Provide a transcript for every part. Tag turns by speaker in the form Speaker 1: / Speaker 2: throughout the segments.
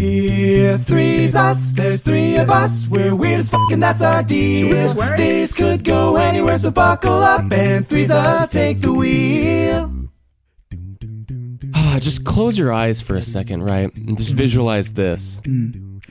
Speaker 1: We're three's us, there's three of us. We're weird as fuck and that's our deal. These could go anywhere, so buckle up and three's us take the wheel.
Speaker 2: Ah, just close your eyes for a second, right? And just visualize this.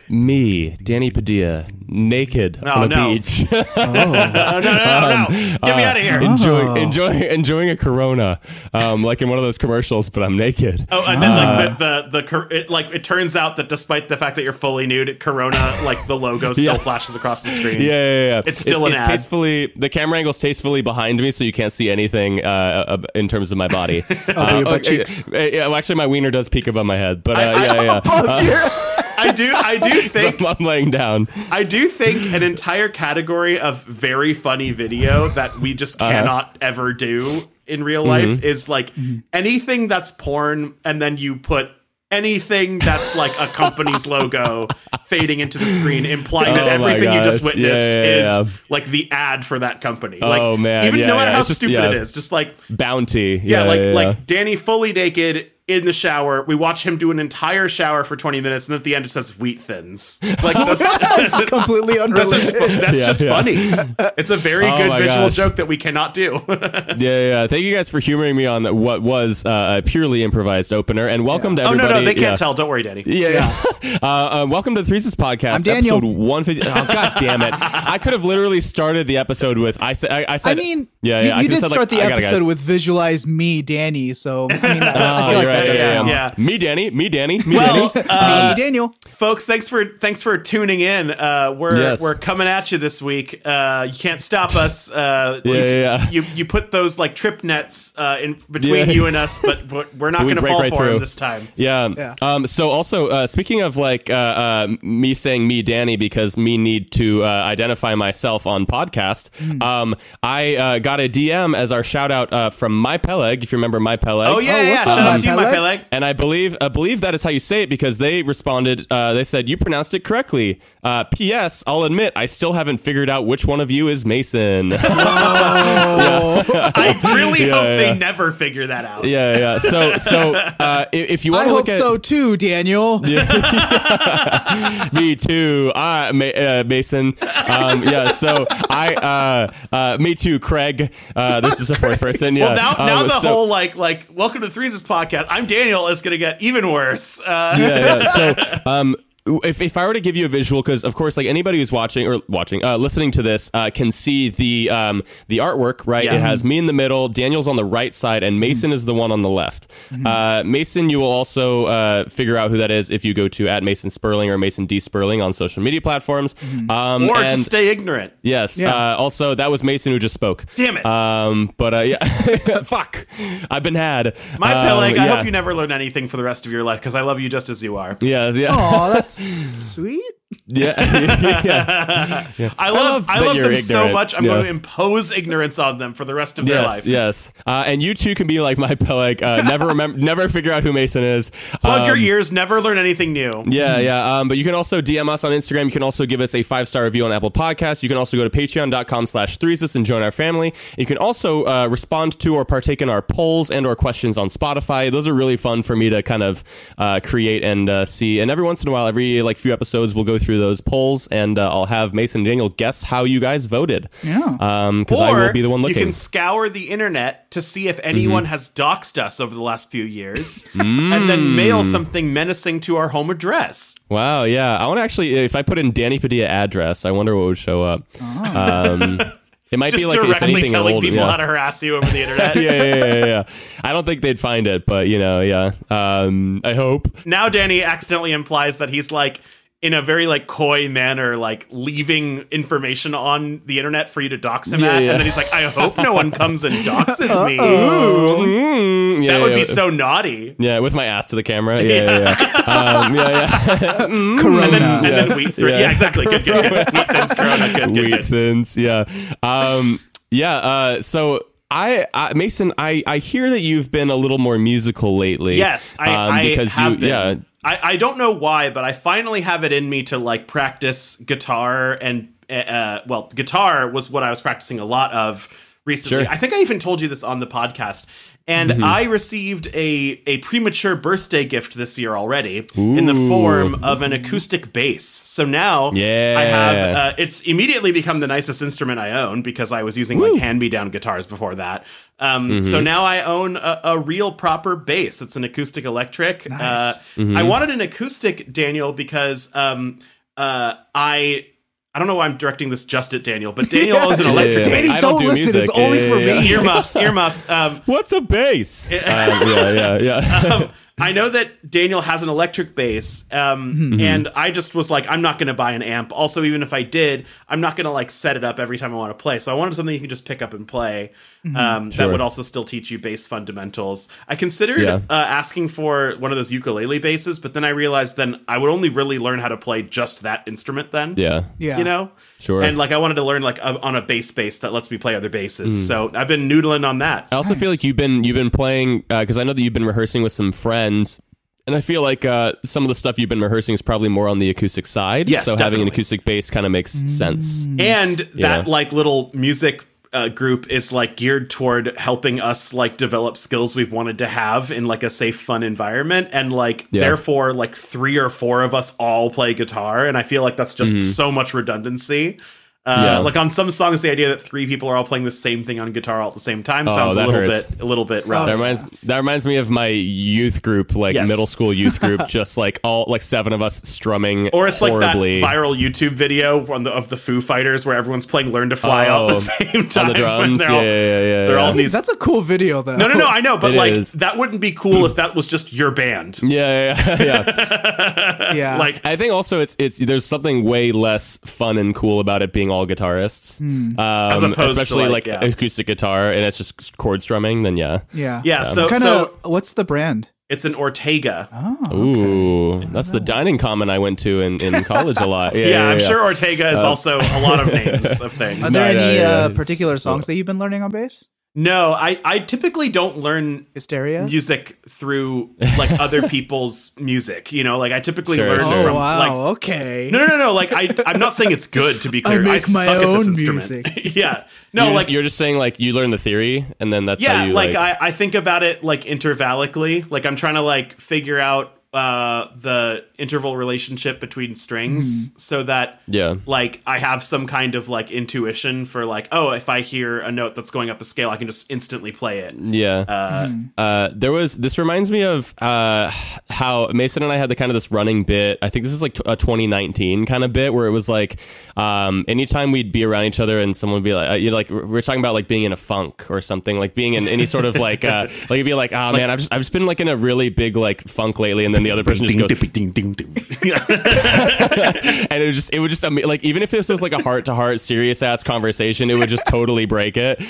Speaker 2: Me, Danny Padilla, naked
Speaker 3: Oh,
Speaker 2: on a
Speaker 3: no.
Speaker 2: beach.
Speaker 3: No, no,
Speaker 2: Um,
Speaker 3: no, no, no. Get me
Speaker 2: uh,
Speaker 3: out of here.
Speaker 2: enjoying, enjoying, enjoying a Corona, um, like in one of those commercials, but I'm naked.
Speaker 3: Oh, and then like
Speaker 2: uh,
Speaker 3: the the, the cor- it, like it turns out that despite the fact that you're fully nude, Corona like the logo still
Speaker 2: Yeah.
Speaker 3: flashes across the screen.
Speaker 2: Yeah, yeah, yeah.
Speaker 3: It's still an
Speaker 2: it's
Speaker 3: ad.
Speaker 2: tastefully. The camera angle's tastefully behind me, so you can't see anything uh, uh, in terms of my body. uh,
Speaker 4: your butt
Speaker 2: oh,
Speaker 4: cheeks.
Speaker 2: uh, yeah, well, actually, my wiener does peek above my head, but uh, yeah,
Speaker 3: oh,
Speaker 2: Uh, yeah.
Speaker 3: I do I do think
Speaker 2: So I'm laying down.
Speaker 3: I do think an entire category of very funny video that we just
Speaker 2: Uh-huh.
Speaker 3: cannot ever do in real life
Speaker 2: Mm-hmm.
Speaker 3: is like anything that's porn and then you put anything that's like a company's logo fading into the screen implying that
Speaker 2: Oh my
Speaker 3: everything you just
Speaker 2: gosh.
Speaker 3: witnessed
Speaker 2: Yeah, yeah,
Speaker 3: is
Speaker 2: yeah.
Speaker 3: like the ad for that company like
Speaker 2: Oh, man.
Speaker 3: even
Speaker 2: Yeah,
Speaker 3: no matter
Speaker 2: yeah.
Speaker 3: how
Speaker 2: It's just-
Speaker 3: stupid
Speaker 2: yeah.
Speaker 3: it is just like
Speaker 2: Bounty.
Speaker 3: yeah, like
Speaker 2: yeah, yeah.
Speaker 3: like Danny fully naked in the shower. We watch him do an entire shower for 20 minutes, and at the end it says wheat thins. Like that's, that's,
Speaker 4: It's completely
Speaker 3: just,
Speaker 4: unrelated.
Speaker 3: that's
Speaker 2: Yeah,
Speaker 3: just
Speaker 2: yeah.
Speaker 3: funny. It's a very
Speaker 2: Oh
Speaker 3: good
Speaker 2: my
Speaker 3: visual
Speaker 2: gosh. Oh,
Speaker 3: joke that we cannot do.
Speaker 2: Yeah, yeah, yeah. Thank you guys for humoring me on what was uh, a purely improvised opener, and welcome to
Speaker 3: oh no,
Speaker 2: everybody.
Speaker 3: no, they can't
Speaker 2: yeah.
Speaker 3: tell. Don't worry, Danny.
Speaker 2: Yeah, yeah. uh, um, welcome to the Threesis Podcast,
Speaker 4: I'm Daniel.
Speaker 2: episode one fifty. Oh god damn it! I could have literally started the episode with I said. I, I
Speaker 4: I
Speaker 2: said.
Speaker 4: mean,
Speaker 2: yeah,
Speaker 4: you-
Speaker 2: yeah. I
Speaker 4: you,
Speaker 2: could've
Speaker 4: did
Speaker 2: said,
Speaker 4: start
Speaker 2: like,
Speaker 4: the
Speaker 2: I gotta, guys.
Speaker 4: episode with visualize me, Danny. So I mean,
Speaker 2: Oh,
Speaker 4: I, I feel
Speaker 2: you're
Speaker 4: like
Speaker 2: right.
Speaker 4: that does
Speaker 2: yeah, yeah,
Speaker 4: come
Speaker 2: yeah.
Speaker 3: up.
Speaker 2: Me, Danny. Me, Danny. Me,
Speaker 3: Well,
Speaker 2: Danny.
Speaker 3: uh,
Speaker 4: Hey, Daniel,
Speaker 3: folks, thanks for thanks for tuning in. Uh, we're
Speaker 2: Yes.
Speaker 3: we're coming at you this week. Uh, you can't stop us. Uh, you,
Speaker 2: Yeah, yeah, yeah.
Speaker 3: you you put those like trip nets uh, in between
Speaker 2: Yeah.
Speaker 3: you and us, but we're- we're not
Speaker 2: We
Speaker 3: going to
Speaker 2: break
Speaker 3: fall
Speaker 2: right
Speaker 3: for
Speaker 2: through.
Speaker 3: them this time.
Speaker 2: Yeah.
Speaker 4: Yeah.
Speaker 2: Um, so also, uh, speaking of like uh, uh, me saying me, Danny, because me need to uh, identify myself on podcast.
Speaker 4: Hmm.
Speaker 2: Um, I uh, got a DM as our shout out uh, from my Peleg. If you remember my Peleg.
Speaker 3: Oh yeah,
Speaker 4: Oh,
Speaker 3: yeah.
Speaker 4: what's
Speaker 3: Shout
Speaker 4: up,
Speaker 3: out
Speaker 4: my
Speaker 3: to you, my
Speaker 4: Peleg?
Speaker 3: Peleg.
Speaker 2: And I believe I believe that is how you say it because they responded. Uh, they said you pronounced it correctly. Uh, P.S. I'll admit I still haven't figured out which one of you is Mason. yeah,
Speaker 3: I really
Speaker 2: Yeah,
Speaker 3: hope
Speaker 2: yeah.
Speaker 3: they never figure that out.
Speaker 2: yeah. So so uh, i- if you want
Speaker 4: I
Speaker 2: to
Speaker 4: hope
Speaker 2: look at
Speaker 4: so too, Daniel.
Speaker 2: me too, I Ma- uh, Mason. Um, yeah. So I uh, uh, me too, Craig. Uh, this is the fourth person. Yeah.
Speaker 3: Well, now, now
Speaker 2: Um,
Speaker 3: the
Speaker 2: so-
Speaker 3: whole like like welcome to the Threeses podcast. I'm Daniel is going to get even worse. Uh,
Speaker 2: yeah, yeah. So, um, if, if I were to give you a visual, because of course, like anybody who's watching or watching, uh, listening to this, uh, can see the um, the artwork, right?
Speaker 3: Yeah. Mm-hmm.
Speaker 2: It has me in the middle, Daniel's on the right side, and Mason is the one on the left. Uh, Mason, you will also uh, figure out who that is if you go to at Mason Sperling or Mason D Sperling on social media platforms. Um,
Speaker 3: Mm-hmm. or
Speaker 2: and-
Speaker 3: just stay ignorant.
Speaker 2: Yes.
Speaker 4: Yeah.
Speaker 2: Uh, also, that was Mason who just spoke.
Speaker 3: Damn it.
Speaker 2: Um, but uh, yeah, fuck, I've been had.
Speaker 3: My
Speaker 2: um,
Speaker 3: Peleg, I
Speaker 2: yeah.
Speaker 3: hope you never learn anything for the rest of your life because I love you just as you are.
Speaker 2: Yes, yeah,
Speaker 4: Oh, that's sweet.
Speaker 2: yeah, yeah.
Speaker 3: I love
Speaker 2: love
Speaker 3: I
Speaker 2: that
Speaker 3: love them
Speaker 2: you're
Speaker 3: so
Speaker 2: ignorant.
Speaker 3: much. I'm
Speaker 2: Yeah.
Speaker 3: going to impose ignorance on them for the rest of their
Speaker 2: Yes,
Speaker 3: life.
Speaker 2: yes. Uh, and you two can be like my Peleg. Uh, never remember, never figure out who Mason is.
Speaker 3: Plug your
Speaker 2: Um,
Speaker 3: ears. Never learn anything new.
Speaker 2: Yeah, yeah. Um, but you can also DM us on Instagram. You can also give us a five star review on Apple Podcasts. You can also go to patreon.com slash threesis and join our family. You can also uh, respond to or partake in our polls and or questions on Spotify. Those are really fun for me to kind of uh, create and uh, see. And every once in a while, every like few episodes, we'll go through those polls and uh, I'll have Mason and Daniel guess how you guys voted.
Speaker 4: Yeah.
Speaker 2: Um, because I
Speaker 3: Or
Speaker 2: will be the one looking. Mm-hmm.
Speaker 3: you can scour the internet to see if anyone has doxed us over the last few years, and
Speaker 2: Mm.
Speaker 3: then mail something menacing to our home address.
Speaker 2: Wow, yeah. I want to actually, if I put in Danny Padilla address, I wonder what would show up. Um, it might
Speaker 3: Just
Speaker 2: be like if
Speaker 3: directly
Speaker 2: anything
Speaker 3: telling
Speaker 2: old.
Speaker 3: people
Speaker 2: yeah.
Speaker 3: how to harass you over the internet.
Speaker 2: yeah, yeah, yeah, yeah, yeah. I don't think they'd find it, but you know, yeah. Um, I hope.
Speaker 3: now Danny accidentally implies that he's like in a very like coy manner, like leaving information on the internet for you to dox him
Speaker 2: Yeah,
Speaker 3: at,
Speaker 2: yeah.
Speaker 3: and then he's like, "I hope no one comes and doxes me.
Speaker 2: Mm, yeah,
Speaker 3: Oh. That would
Speaker 2: yeah,
Speaker 3: be so naughty."
Speaker 2: yeah, with my ass to the camera. Yeah, yeah, yeah. um, yeah, yeah.
Speaker 4: Corona.
Speaker 3: And then wheat thread. Yeah,
Speaker 2: Yeah.
Speaker 3: exactly. Good, good, good. Wheat thins Corona. Good, good,
Speaker 2: Wheat
Speaker 3: good.
Speaker 2: thins. Yeah. Um, yeah. Uh, so. I, I Mason, I, I hear that you've been a little more musical lately.
Speaker 3: Yes, I,
Speaker 2: um,
Speaker 3: I
Speaker 2: because
Speaker 3: have
Speaker 2: you,
Speaker 3: been.
Speaker 2: yeah,
Speaker 3: I, I don't know why, but I finally have it in me to like practice guitar and uh, uh, well, guitar was what I was practicing a lot of recently.
Speaker 2: Sure. Mm-hmm.
Speaker 3: I think I even told you this on the podcast. And I received a a premature birthday gift this year already in the form of an acoustic bass. So now I have
Speaker 2: Yeah.
Speaker 3: uh, it's immediately become the nicest instrument I own because I was using like hand me down guitars before that. Um,
Speaker 2: Mm-hmm.
Speaker 3: So now I own a, a real proper bass. It's an acoustic electric. Uh,
Speaker 2: Mm-hmm.
Speaker 3: I wanted an acoustic, Daniel, because um, uh, I I don't know why I'm directing this just at Daniel, but Daniel owns an
Speaker 2: Yeah,
Speaker 3: electric
Speaker 2: yeah, yeah.
Speaker 3: bass.
Speaker 4: Danny's
Speaker 2: I don't
Speaker 4: don't
Speaker 2: do
Speaker 4: listen, it's
Speaker 2: music.
Speaker 4: only
Speaker 2: Yeah,
Speaker 4: for
Speaker 2: yeah,
Speaker 4: me.
Speaker 3: Earmuffs, earmuffs. Um,
Speaker 2: What's a bass? um, yeah, yeah, yeah.
Speaker 3: um, I know that Daniel has an electric bass, um,
Speaker 2: Hmm.
Speaker 3: and I just was like, I'm not going to buy an amp. Also, even if I did, I'm not going to like set it up every time I want to play. So I wanted something you can just pick up and play um, that
Speaker 2: Mm-hmm. Sure.
Speaker 3: would also still teach you bass fundamentals. I considered
Speaker 2: Yeah.
Speaker 3: uh, asking for one of those ukulele basses, but then I realized then I would only really learn how to play just that instrument then.
Speaker 2: yeah.
Speaker 4: Yeah.
Speaker 3: You know,
Speaker 2: Sure.
Speaker 3: And like, I wanted to learn like a, on a bass bass that lets me play other
Speaker 2: Hmm.
Speaker 3: basses. So I've been noodling on that.
Speaker 2: I also feel like you've been you've been playing because I know that you've been rehearsing with some friends, and I feel like uh, some of the stuff you've been rehearsing is probably more on the acoustic side.
Speaker 3: Yes,
Speaker 2: so having an
Speaker 3: definitely.
Speaker 2: acoustic bass kind of makes sense.
Speaker 3: and
Speaker 2: Mm.
Speaker 3: that
Speaker 2: Yeah.
Speaker 3: like little music uh, group is like geared toward helping us like develop skills we've wanted to have in like a safe fun environment and like
Speaker 2: Yeah.
Speaker 3: therefore like three or four of us all play guitar and i feel like that's just so much redundancy uh,
Speaker 2: Mm-hmm. Yeah.
Speaker 3: like on some songs the idea that three people are all playing the same thing on guitar all at the same time
Speaker 2: Oh,
Speaker 3: sounds a
Speaker 2: that
Speaker 3: little
Speaker 2: hurts.
Speaker 3: bit a little bit
Speaker 2: That
Speaker 3: rough
Speaker 2: reminds that reminds me of my youth group, like
Speaker 3: Yes.
Speaker 2: middle school youth group, just like all like seven of us strumming
Speaker 3: or it's like
Speaker 2: horribly
Speaker 3: that viral YouTube video from the, of the Foo Fighters where everyone's playing "Learn to Fly" all at
Speaker 2: Oh,
Speaker 3: the same time.
Speaker 2: on the
Speaker 3: when
Speaker 2: drums.
Speaker 3: they're
Speaker 2: yeah,
Speaker 3: all-
Speaker 2: yeah, yeah.
Speaker 3: they're
Speaker 2: yeah.
Speaker 3: all in these
Speaker 4: That's a cool video, though.
Speaker 3: No, no, no. I know, but
Speaker 2: It
Speaker 3: like
Speaker 2: is.
Speaker 3: that wouldn't be cool if that was just your band.
Speaker 2: yeah, yeah, yeah. yeah.
Speaker 4: Yeah.
Speaker 3: Like
Speaker 2: I think also it's it's there's something way less fun and cool about it being all guitarists, um,
Speaker 3: As opposed to,
Speaker 2: especially like,
Speaker 3: like, yeah.
Speaker 2: acoustic guitar and it's just chord strumming. Then yeah,
Speaker 4: yeah.
Speaker 3: yeah. So
Speaker 4: Kind of.
Speaker 3: so
Speaker 4: what's the brand?
Speaker 3: it's an Ortega.
Speaker 4: Oh.
Speaker 2: ooh, that's the dining common I went to in, in college a lot. Yeah,
Speaker 3: yeah, I'm
Speaker 2: yeah. Uh,
Speaker 3: sure Ortega is also a lot of names of things.
Speaker 4: Are there
Speaker 2: No, no,
Speaker 4: any
Speaker 2: yeah,
Speaker 4: uh,
Speaker 2: it's-
Speaker 4: particular
Speaker 2: it's-
Speaker 4: songs that you've been learning on bass?
Speaker 3: No, I I typically don't learn
Speaker 4: Hysteria.
Speaker 3: music through like other people's music. You know, like I typically
Speaker 2: Sure,
Speaker 3: learn
Speaker 2: sure.
Speaker 4: oh
Speaker 3: from
Speaker 4: wow.
Speaker 3: like
Speaker 4: okay.
Speaker 3: no no no no. Like I I'm not saying it's good to be clear.
Speaker 4: make my
Speaker 3: suck
Speaker 4: own
Speaker 3: at this instrument.
Speaker 4: music.
Speaker 3: yeah.
Speaker 2: You're
Speaker 3: No,
Speaker 2: just-
Speaker 3: like
Speaker 2: you're just saying like you learn the theory and then that's
Speaker 3: yeah
Speaker 2: how you
Speaker 3: like, I, I think about it like intervallically like i'm trying to like figure out uh the interval relationship between strings so that
Speaker 2: Hmm. yeah.
Speaker 3: like i have some kind of like intuition for like oh if i hear a note that's going up a scale i can just instantly play it
Speaker 2: Yeah.
Speaker 3: uh
Speaker 2: Uh, there was this reminds me of uh, how Mason and I had the kind of this running bit. I think this is like t- a 2019 kind of bit where it was like um, anytime we'd be around each other and someone would be like, uh, you know, like we we're talking about like being in a funk or something, like being in any sort of like, uh, like you'd be like, oh man, I've just, I've just been like in a really big like funk lately, and then the other person just goes, and it was just it would just ama- like even if this was like a heart to heart serious ass conversation, it would just totally break it.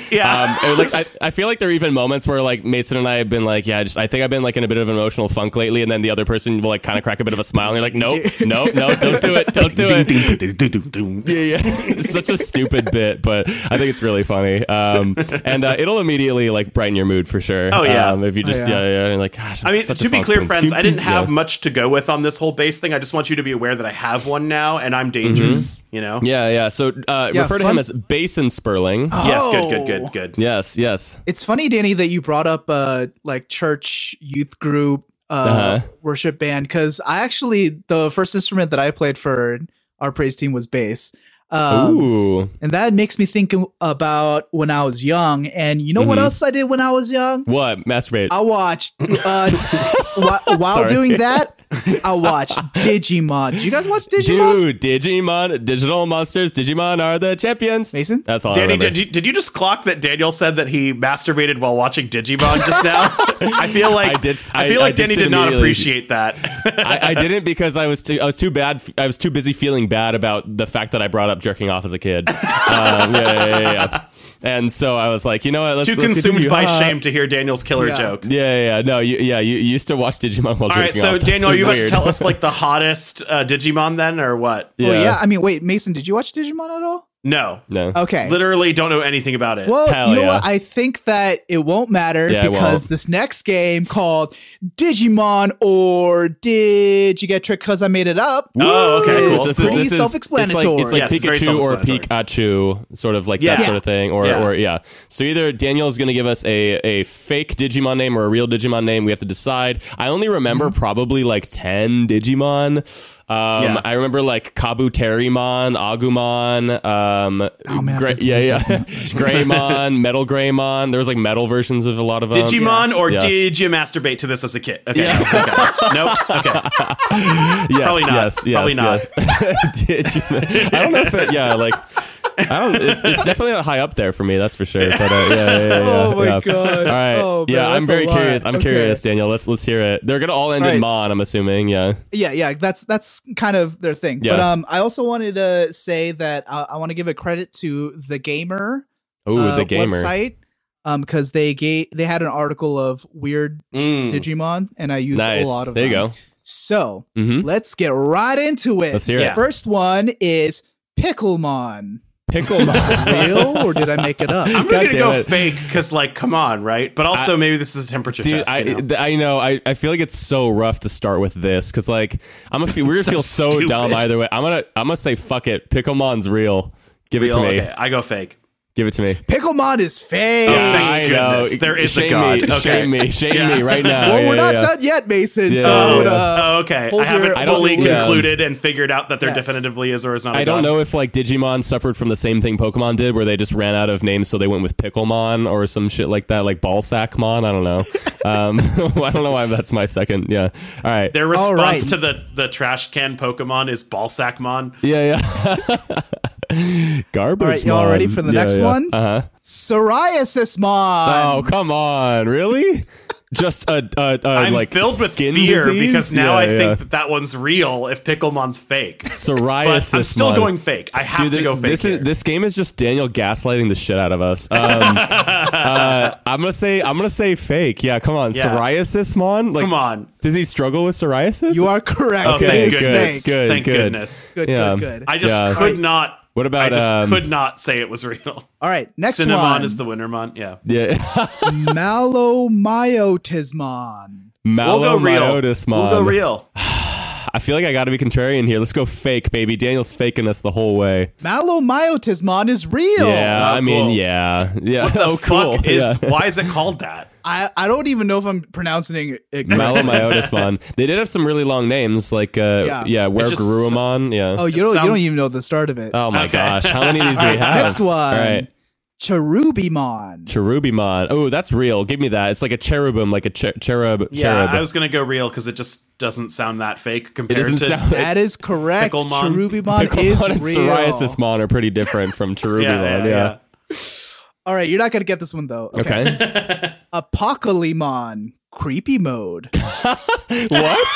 Speaker 2: um,
Speaker 3: Yeah.
Speaker 2: it would, like I, I feel like there are even moments where like Mason and I have been like, yeah, I just I think I've been like in a bit of an emotional funk lately, and then the other person will like kind of crack a bit of a smile, and you're like, nope, no, no, don't do it, don't do it.
Speaker 5: it.
Speaker 2: Yeah, yeah. it's such a stupid bit, but I think it's really funny, um, and uh, it'll immediately like brighten your mood for sure.
Speaker 3: Oh, yeah.
Speaker 2: um, if you just
Speaker 4: yeah.
Speaker 2: yeah, yeah, and like gosh.
Speaker 3: I mean,
Speaker 2: such a
Speaker 3: to be
Speaker 2: funk
Speaker 3: clear,
Speaker 2: boom.
Speaker 3: friends, I didn't have
Speaker 2: Yeah.
Speaker 3: much to go with on this whole bass thing. I just want you to be aware that I have one now, and I'm dangerous. You know?
Speaker 2: Mm-hmm. Yeah, yeah. So uh,
Speaker 4: Yeah,
Speaker 2: refer to
Speaker 4: fun-
Speaker 2: him as Basin Sperling.
Speaker 3: Yes. Good.
Speaker 4: Oh.
Speaker 3: Good. Good. Good.
Speaker 2: Yes, yes.
Speaker 4: It's funny, Danny, that you brought up uh like church youth group uh
Speaker 2: Uh-huh.
Speaker 4: worship band because I actually the first instrument that I played for our praise team was bass. Um,
Speaker 2: Ooh.
Speaker 4: and that makes me think about when I was young. And you know what
Speaker 2: Mm-hmm.
Speaker 4: else I did when I was young?
Speaker 2: What? Masturbate.
Speaker 4: I watched uh, wh- while
Speaker 2: Sorry.
Speaker 4: doing that. I watched Digimon. Did you guys watch Digimon? Oh,
Speaker 2: Dude, Digimon, digital monsters, Digimon are the champions.
Speaker 4: Mason?
Speaker 2: That's all I
Speaker 3: Danny,
Speaker 2: remember.
Speaker 3: did you, did you just clock that Daniel said that he masturbated while watching Digimon just now? I feel like I,
Speaker 2: I did-
Speaker 3: feel
Speaker 2: I-
Speaker 3: like
Speaker 2: I
Speaker 3: Danny
Speaker 2: did
Speaker 3: did not
Speaker 2: immediately-
Speaker 3: appreciate that.
Speaker 2: I, I didn't because I was too, I was too bad. I was too busy feeling bad about the fact that I brought up jerking off as a kid. Um, yeah, yeah, yeah, yeah. And so I was like, you know what? Let's,
Speaker 3: Too
Speaker 2: let's
Speaker 3: consumed
Speaker 2: continue.
Speaker 3: by
Speaker 2: Uh,
Speaker 3: shame to hear Daniel's killer
Speaker 4: Yeah.
Speaker 3: joke.
Speaker 2: Yeah, yeah, yeah. no, you, yeah. You, you used to watch Digimon while
Speaker 3: All right,
Speaker 2: jerking
Speaker 3: so
Speaker 2: off. That's
Speaker 3: Daniel, are you about to
Speaker 2: weird.
Speaker 3: tell us like the hottest uh, Digimon then, or what?
Speaker 4: Oh yeah. I mean, wait, Mason, did you watch Digimon at all?
Speaker 3: No.
Speaker 2: No.
Speaker 4: Okay.
Speaker 3: Literally don't know anything about it.
Speaker 4: Well,
Speaker 2: Hell
Speaker 4: you know
Speaker 2: yeah.
Speaker 4: what? I think that it won't matter
Speaker 2: Yeah, it
Speaker 4: because
Speaker 2: won't.
Speaker 4: this next game called Digimon or Did You Get Tricked Because I Made It Up?
Speaker 3: Oh, okay,
Speaker 4: is
Speaker 3: cool.
Speaker 2: This is- this
Speaker 4: pretty
Speaker 2: is- it's like-
Speaker 4: self-explanatory.
Speaker 2: It's like,
Speaker 3: Yes, very
Speaker 2: Pikachu or
Speaker 3: self-explanatory.
Speaker 2: Pikachu, sort of like that
Speaker 3: Yeah.
Speaker 2: sort of thing, or
Speaker 3: Yeah.
Speaker 2: or yeah. So either Daniel's going to give us a a fake Digimon name or a real Digimon name. We have to decide. I only remember
Speaker 3: Mm-hmm.
Speaker 2: probably like ten Digimon. Um,
Speaker 3: Yeah.
Speaker 2: I remember like Kabuterimon, Agumon, um,
Speaker 4: Oh, man, I
Speaker 2: Gray-
Speaker 4: just-
Speaker 2: yeah, yeah, Greymon, Metal Greymon. There was like metal versions of a lot of them.
Speaker 3: Digimon or
Speaker 2: Oh, Yeah.
Speaker 3: did you masturbate to this as a kid? Okay. okay. Nope. Okay.
Speaker 2: Yes,
Speaker 3: Probably not.
Speaker 2: Yes, yes,
Speaker 3: Probably not.
Speaker 2: yes. Digimon. I don't know if it, yeah, like. I don't. It's, it's definitely not high up there for me. That's for sure. But, uh, yeah, yeah, yeah, yeah,
Speaker 4: Oh my
Speaker 2: yeah.
Speaker 4: gosh.
Speaker 2: All right.
Speaker 4: Oh, man,
Speaker 2: yeah, I'm
Speaker 4: that's a
Speaker 2: very
Speaker 4: lot.
Speaker 2: curious. I'm
Speaker 4: Okay.
Speaker 2: curious, Daniel. Let's let's hear it. They're gonna all end in
Speaker 4: Alright.
Speaker 2: mon. I'm assuming. Yeah.
Speaker 4: yeah yeah that's that's kind of their thing but
Speaker 2: Yeah.
Speaker 4: um i also wanted to say that i, I want to give a credit to the gamer
Speaker 2: Oh,
Speaker 4: uh,
Speaker 2: the gamer.
Speaker 4: website um because they gave they had an article of weird digimon and i used
Speaker 2: Mm. Nice.
Speaker 4: a lot of
Speaker 2: there you
Speaker 4: them.
Speaker 2: go.
Speaker 4: so
Speaker 2: Mm-hmm.
Speaker 4: let's get right into it
Speaker 2: Let's hear
Speaker 3: Yeah.
Speaker 2: it.
Speaker 4: first one is picklemon
Speaker 2: Picklemon.
Speaker 4: real or did i make it up
Speaker 3: I'm
Speaker 2: God
Speaker 3: gonna
Speaker 2: damn
Speaker 3: go
Speaker 2: it.
Speaker 3: fake because, like, come on, right? But also, maybe this is a temperature
Speaker 2: Dude,
Speaker 3: test.
Speaker 2: I,
Speaker 3: you know?
Speaker 2: th- I know. I, I feel like it's so rough to start with this because like I'm gonna feel, we're gonna
Speaker 3: So
Speaker 2: feel so
Speaker 3: stupid.
Speaker 2: dumb either way. I'm gonna I'm gonna say fuck it. Picklemon's real. Give it to
Speaker 3: Real?
Speaker 2: me.
Speaker 3: Okay, I go fake.
Speaker 2: Give it to me.
Speaker 4: picklemon is fake
Speaker 3: Yeah.
Speaker 2: I
Speaker 3: Oh, Thank
Speaker 2: know.
Speaker 3: goodness. There is a
Speaker 2: shame
Speaker 3: God.
Speaker 2: Me,
Speaker 3: Okay.
Speaker 2: Shame me. Shame me right now.
Speaker 4: well
Speaker 2: Oh, Yeah,
Speaker 4: we're
Speaker 2: yeah,
Speaker 4: not
Speaker 2: yeah.
Speaker 4: done yet mason
Speaker 2: Yeah,
Speaker 4: so
Speaker 2: yeah,
Speaker 3: Oh,
Speaker 2: yeah.
Speaker 4: uh,
Speaker 3: oh, okay.
Speaker 4: hold
Speaker 3: I haven't
Speaker 4: your-
Speaker 2: I don't-
Speaker 3: fully
Speaker 2: yeah.
Speaker 3: concluded and figured out that there
Speaker 4: Yes.
Speaker 3: definitively is or is not. I
Speaker 2: I don't know if like Digimon suffered from the same thing Pokemon did, where they just ran out of names, so they went with Picklemon or some shit like that, like Ballsackmon. I don't know. Um, I don't know why that's my second. Yeah. All right.
Speaker 3: Their response
Speaker 4: right.
Speaker 3: to the the trash can Pokemon is Ballsackmon.
Speaker 2: yeah, yeah. Garbage.
Speaker 4: All right, y'all ready for the next one?
Speaker 2: Uh huh.
Speaker 4: psoriasis mon
Speaker 2: Oh come on, really? Just a, a, a
Speaker 3: I'm
Speaker 2: like
Speaker 3: filled with
Speaker 2: skin
Speaker 3: fear
Speaker 2: disease?
Speaker 3: because now
Speaker 2: Yeah,
Speaker 3: I
Speaker 2: yeah.
Speaker 3: think that that one's real. If Picklemon's fake,
Speaker 2: psoriasis.
Speaker 3: but I'm still
Speaker 2: mon.
Speaker 3: going fake. I have to
Speaker 2: thi-
Speaker 3: go fake.
Speaker 2: This,
Speaker 3: here.
Speaker 2: is, this game is just Daniel gaslighting the shit out of us. Um, uh, I'm gonna say I'm gonna say fake. Yeah, come on,
Speaker 3: Yeah.
Speaker 2: psoriasis, mon. Like,
Speaker 3: Come on.
Speaker 2: does he struggle with psoriasis?
Speaker 4: You are correct.
Speaker 3: Oh,
Speaker 4: It
Speaker 3: thank
Speaker 4: is
Speaker 3: goodness.
Speaker 4: fake.
Speaker 2: Good,
Speaker 3: Thank
Speaker 2: good.
Speaker 3: goodness.
Speaker 4: Good,
Speaker 2: Yeah.
Speaker 4: good, good.
Speaker 3: I just
Speaker 2: Yeah.
Speaker 3: could not.
Speaker 2: What about,
Speaker 3: I just
Speaker 2: um,
Speaker 3: could not say it was real.
Speaker 4: All right, next
Speaker 3: Cinnamon
Speaker 4: one
Speaker 3: is the winner, mon. Yeah.
Speaker 2: yeah.
Speaker 4: Malomyotismon.
Speaker 3: We'll go real.
Speaker 2: Malomyotis, mon.
Speaker 3: We'll go real.
Speaker 2: I feel like I got to be contrarian here. Let's go fake, baby. Daniel's faking us the whole way.
Speaker 4: Malomyotismon is real.
Speaker 2: Yeah,
Speaker 3: Oh,
Speaker 2: I mean,
Speaker 3: cool.
Speaker 2: yeah, yeah. oh, cool.
Speaker 3: Fuck is
Speaker 2: yeah.
Speaker 3: why is it called that?
Speaker 4: I, I don't even know if I'm pronouncing it. correctly.
Speaker 2: Malomyotis, mon. They did have some really long names, like uh, yeah,
Speaker 4: Yeah.
Speaker 2: where
Speaker 3: just-
Speaker 2: Gruamon. Yeah.
Speaker 4: oh, you don't
Speaker 3: sounds-
Speaker 4: you don't even know the start of it.
Speaker 2: Oh my
Speaker 3: Okay.
Speaker 2: gosh, how many of these do we have?
Speaker 4: next one.
Speaker 2: Ah, All right.
Speaker 4: Cherubimon.
Speaker 2: Cherubimon. Oh, that's real. Give me that. It's like a cherubim, like a che- cherub.
Speaker 3: Yeah,
Speaker 2: cherub.
Speaker 3: I was gonna go real because it just doesn't sound that fake
Speaker 2: it
Speaker 3: compared
Speaker 2: doesn't
Speaker 3: to.
Speaker 2: sound.
Speaker 4: that is correct.
Speaker 3: Picklemon.
Speaker 4: Cherubimon
Speaker 2: Picklebon
Speaker 4: is
Speaker 2: and
Speaker 4: real.
Speaker 2: psoriasis mon are pretty different from cherubimon.
Speaker 3: yeah, yeah,
Speaker 2: yeah,
Speaker 3: yeah.
Speaker 4: All right, you're not gonna get this one though. Okay.
Speaker 2: Okay.
Speaker 4: Apocalimon. Creepy mode.
Speaker 2: what?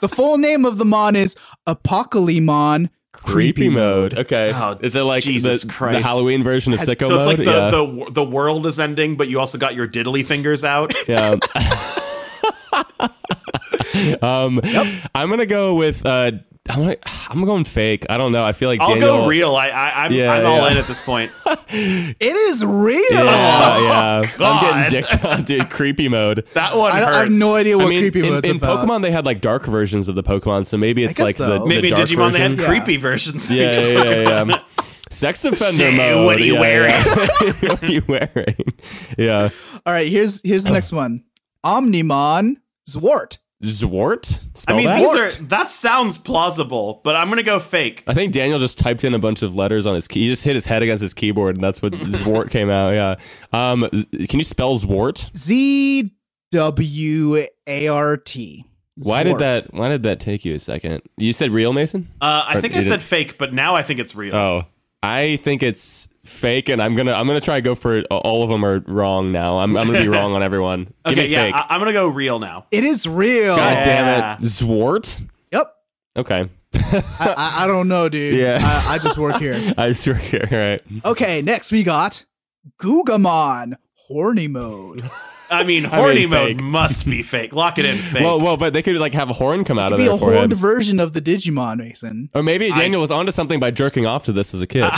Speaker 4: the full name of the mon is Apocalimon.
Speaker 2: Creepy mode. Okay.
Speaker 3: Oh,
Speaker 2: is it like
Speaker 3: Jesus
Speaker 2: the,
Speaker 3: Christ.
Speaker 2: the Halloween version of sicko
Speaker 3: So it's like
Speaker 2: mode?
Speaker 3: the,
Speaker 2: yeah.
Speaker 3: the the world is ending, but you also got your diddly fingers out.
Speaker 2: Yeah. um, I'm gonna go with. Uh, I'm gonna, I'm going fake. I don't know. I feel like
Speaker 3: I'll
Speaker 2: Daniel,
Speaker 3: go real. I, I I'm
Speaker 2: Yeah,
Speaker 3: I'm all
Speaker 2: yeah.
Speaker 3: in at this point.
Speaker 4: It is real.
Speaker 2: Yeah, yeah. I'm
Speaker 3: Oh, God.
Speaker 2: getting dicked on, dude. Creepy mode.
Speaker 3: That one
Speaker 4: I, don't-
Speaker 3: hurts.
Speaker 4: I have no idea what creepy
Speaker 2: in,
Speaker 4: mode's
Speaker 2: in
Speaker 4: about.
Speaker 2: Pokemon they had like dark versions of the Pokemon, so maybe it's
Speaker 4: guess,
Speaker 2: like the,
Speaker 4: though.
Speaker 2: the
Speaker 3: Maybe
Speaker 2: dark
Speaker 3: Digimon they
Speaker 2: version.
Speaker 3: had creepy versions.
Speaker 2: yeah, yeah, yeah, yeah, yeah. Sex offender
Speaker 3: Hey,
Speaker 2: mode.
Speaker 3: what are you
Speaker 2: yeah,
Speaker 3: wearing?
Speaker 2: Yeah. what are you wearing? Yeah,
Speaker 4: All right, here's here's
Speaker 2: Oh.
Speaker 4: the next one. Omnimon Zwart.
Speaker 2: Zwart. Spell
Speaker 3: I mean,
Speaker 2: that?
Speaker 3: these are that sounds plausible, but I'm gonna go fake.
Speaker 2: I think Daniel just typed in a bunch of letters on his key. He just hit his head against his keyboard, and that's what Zwart came out. Yeah. Um, z- can you spell Zwart?
Speaker 4: Z W A R T.
Speaker 2: Why did
Speaker 4: Zwart.
Speaker 2: that? Why did that take you a second? You said real, Mason.
Speaker 3: Uh, I
Speaker 2: Or
Speaker 3: think I
Speaker 2: you didn't-
Speaker 3: said fake, but now I think it's real.
Speaker 2: Oh, I think it's fake, and I'm gonna I'm gonna try to go for it. all of them are wrong now. I'm I'm gonna be wrong on everyone. Give
Speaker 3: okay,
Speaker 2: me
Speaker 3: yeah,
Speaker 2: fake.
Speaker 3: I, am gonna go real now.
Speaker 4: It is real.
Speaker 2: God
Speaker 3: Yeah.
Speaker 2: damn it, Zwart.
Speaker 4: Yep.
Speaker 2: Okay,
Speaker 4: I, I, I don't know, dude.
Speaker 2: Yeah.
Speaker 4: I, I just work here.
Speaker 2: I swear. All right.
Speaker 4: Okay, next we got Gugamon Horny Mode.
Speaker 3: I mean, horny
Speaker 2: mean,
Speaker 3: mode
Speaker 2: fake.
Speaker 3: must be fake. Lock it in. Fake.
Speaker 2: Well, well, but they could like have a horn come out of
Speaker 4: be
Speaker 2: their
Speaker 4: a
Speaker 2: forehead.
Speaker 4: horned version of the Digimon, Mason.
Speaker 2: Or maybe Daniel was onto something by jerking off to this as a kid.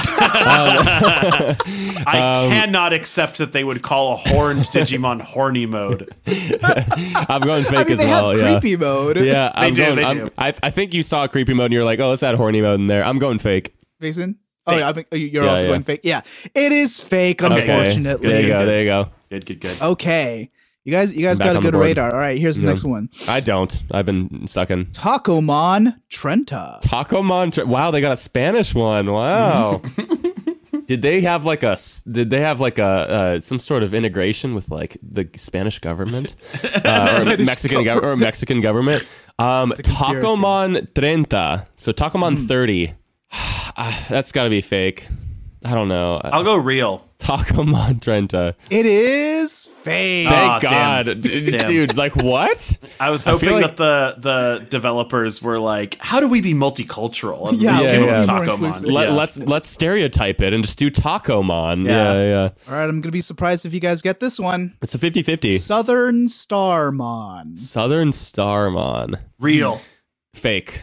Speaker 2: Um,
Speaker 3: I cannot accept that they would call a horned Digimon horny mode.
Speaker 2: I'm going fake
Speaker 4: I mean,
Speaker 2: as
Speaker 4: they
Speaker 2: well.
Speaker 4: have
Speaker 2: yeah.
Speaker 4: creepy mode.
Speaker 2: Yeah, I'm
Speaker 3: do,
Speaker 2: going.
Speaker 3: they
Speaker 2: I'm,
Speaker 3: do.
Speaker 2: I, I think you saw creepy mode and you're like, oh, let's add horny mode in there. I'm going fake.
Speaker 4: Mason. Oh,
Speaker 3: Fake.
Speaker 4: yeah, I mean, you're
Speaker 2: Yeah,
Speaker 4: also
Speaker 2: yeah.
Speaker 4: going fake. Yeah, it is fake. Unfortunately,
Speaker 2: there you go. There you go.
Speaker 3: Good, good, good.
Speaker 4: Okay, you guys, you guys
Speaker 2: back
Speaker 4: got a
Speaker 2: on the
Speaker 4: good
Speaker 2: board.
Speaker 4: radar. All right, here's the next one.
Speaker 2: I don't. I've been sucking.
Speaker 4: Takomon Trenta.
Speaker 2: Taco Mantra. Wow, they got a Spanish one. Wow. did they have like a? s- Did they have like a uh, some sort of integration with like the Spanish government uh, or Mexican government or Mexican government? Um,
Speaker 4: conspiracy.
Speaker 2: Tacomon Trenta. So Tacomon
Speaker 3: Hmm.
Speaker 2: Thirty. Ah, That's got to be fake. I don't know.
Speaker 3: I'll go real.
Speaker 2: Tacomon Trenta.
Speaker 4: It is fake.
Speaker 3: Ah,
Speaker 2: Thank
Speaker 3: damn.
Speaker 2: God, D-
Speaker 3: Damn.
Speaker 2: dude. Like what?
Speaker 3: I was
Speaker 2: I feel
Speaker 3: hoping
Speaker 2: like-
Speaker 3: that the the developers were like, "How do we be multicultural?" And
Speaker 4: Yeah,
Speaker 3: they
Speaker 2: yeah,
Speaker 3: came
Speaker 2: yeah.
Speaker 3: up with
Speaker 4: More
Speaker 3: Taco
Speaker 4: inclusive.
Speaker 3: Mon.
Speaker 2: Let,
Speaker 3: Yeah.
Speaker 2: Let's let's stereotype it and just do Tacomon. Yeah,
Speaker 3: Yeah.
Speaker 2: yeah. yeah.
Speaker 4: All right, I'm gonna be surprised if you guys get this one.
Speaker 2: It's a 50-50.
Speaker 4: Southern Starmon.
Speaker 2: Southern Starmon.
Speaker 3: real.
Speaker 2: Fake.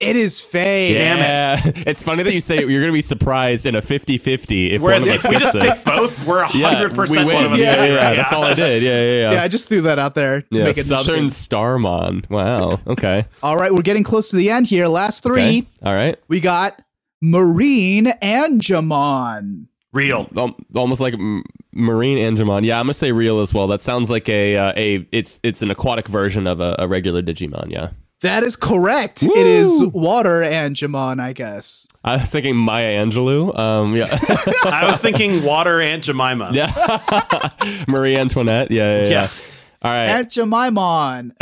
Speaker 4: It is fake.
Speaker 3: Damn it.
Speaker 2: it. it's funny that you say you're going to be surprised in a 50-50 if
Speaker 3: Whereas
Speaker 2: one of
Speaker 3: if
Speaker 2: us
Speaker 3: we
Speaker 2: gets
Speaker 3: just
Speaker 2: this.
Speaker 3: pick both, we're
Speaker 2: Yeah,
Speaker 3: hundred percent
Speaker 2: we
Speaker 3: one
Speaker 2: win.
Speaker 3: of us.
Speaker 2: yeah,
Speaker 3: Yeah,
Speaker 2: yeah, yeah, that's all I did. Yeah, yeah, yeah.
Speaker 4: Yeah, I just threw that out there to
Speaker 2: Yeah,
Speaker 4: make it
Speaker 2: Southern
Speaker 4: interesting.
Speaker 2: Starmon. Wow. Okay.
Speaker 4: All right, we're getting close to the end here. Last three.
Speaker 2: okay. All right.
Speaker 4: We got Marine and Jamon.
Speaker 3: Real.
Speaker 2: Um, almost like M- Marine Angemon. Yeah, I'm gonna say real as well. That sounds like a uh, a it's it's an aquatic version of a, a regular Digimon. Yeah.
Speaker 4: That is correct. It is water and Jamon, I guess.
Speaker 2: I was thinking Maya Angelou. Um, yeah,
Speaker 3: I was thinking water Aunt Jemima. Yeah.
Speaker 2: Marie Antoinette. Yeah, yeah, yeah.
Speaker 3: Yeah.
Speaker 2: All right,
Speaker 4: And Jamimon.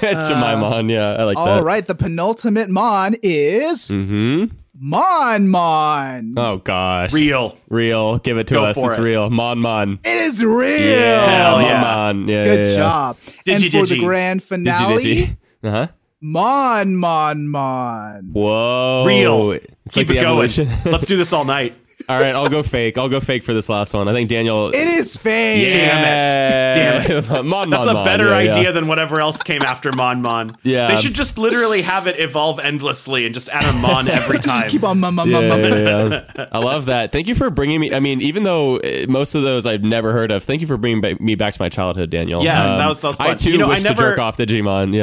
Speaker 2: Jemimon. Yeah, I like
Speaker 4: All
Speaker 2: that.
Speaker 4: right, the penultimate Mon is
Speaker 2: Mm-hmm.
Speaker 4: Mon Mon.
Speaker 2: Oh gosh.
Speaker 3: Real.
Speaker 2: Real. Give it to
Speaker 3: Go
Speaker 2: us.
Speaker 3: for
Speaker 2: It's
Speaker 3: it.
Speaker 2: real. Mon Mon.
Speaker 4: It is real.
Speaker 3: Hell
Speaker 2: Mon
Speaker 3: yeah.
Speaker 2: Mon. Yeah.
Speaker 4: Good
Speaker 2: yeah, yeah.
Speaker 4: job.
Speaker 3: Digi,
Speaker 4: and for the
Speaker 3: digi.
Speaker 4: grand
Speaker 2: Digi
Speaker 4: finale,
Speaker 2: Digi. Uh huh.
Speaker 4: Mon Mon Mon.
Speaker 2: Whoa.
Speaker 3: Real.
Speaker 2: Oh, It's like
Speaker 3: Keep
Speaker 2: the
Speaker 3: it going.
Speaker 2: evolution.
Speaker 3: Let's do this all night.
Speaker 2: All right, I'll go fake. I'll go fake for this last one. I think Daniel.
Speaker 4: It is fake.
Speaker 2: Yeah.
Speaker 3: Damn
Speaker 2: it. Mon Mon.
Speaker 3: That's a
Speaker 2: Mon.
Speaker 3: better
Speaker 2: Yeah, yeah.
Speaker 3: idea than whatever else came after Mon Mon.
Speaker 2: Yeah.
Speaker 3: They should just literally have it evolve endlessly and just add a Mon every time.
Speaker 4: Just keep on Mon Mon Mon
Speaker 2: Yeah,
Speaker 4: Mon.
Speaker 2: yeah, yeah. I love that. Thank you for bringing me. I mean, even though uh, most of those I've never heard of, thank you for bringing ba- me back to my childhood, Daniel. Um,
Speaker 3: Yeah, that was- that was
Speaker 2: I
Speaker 3: fun.
Speaker 2: too
Speaker 3: You know, I
Speaker 2: wish to
Speaker 3: never-
Speaker 2: jerk off Digimon. Yeah.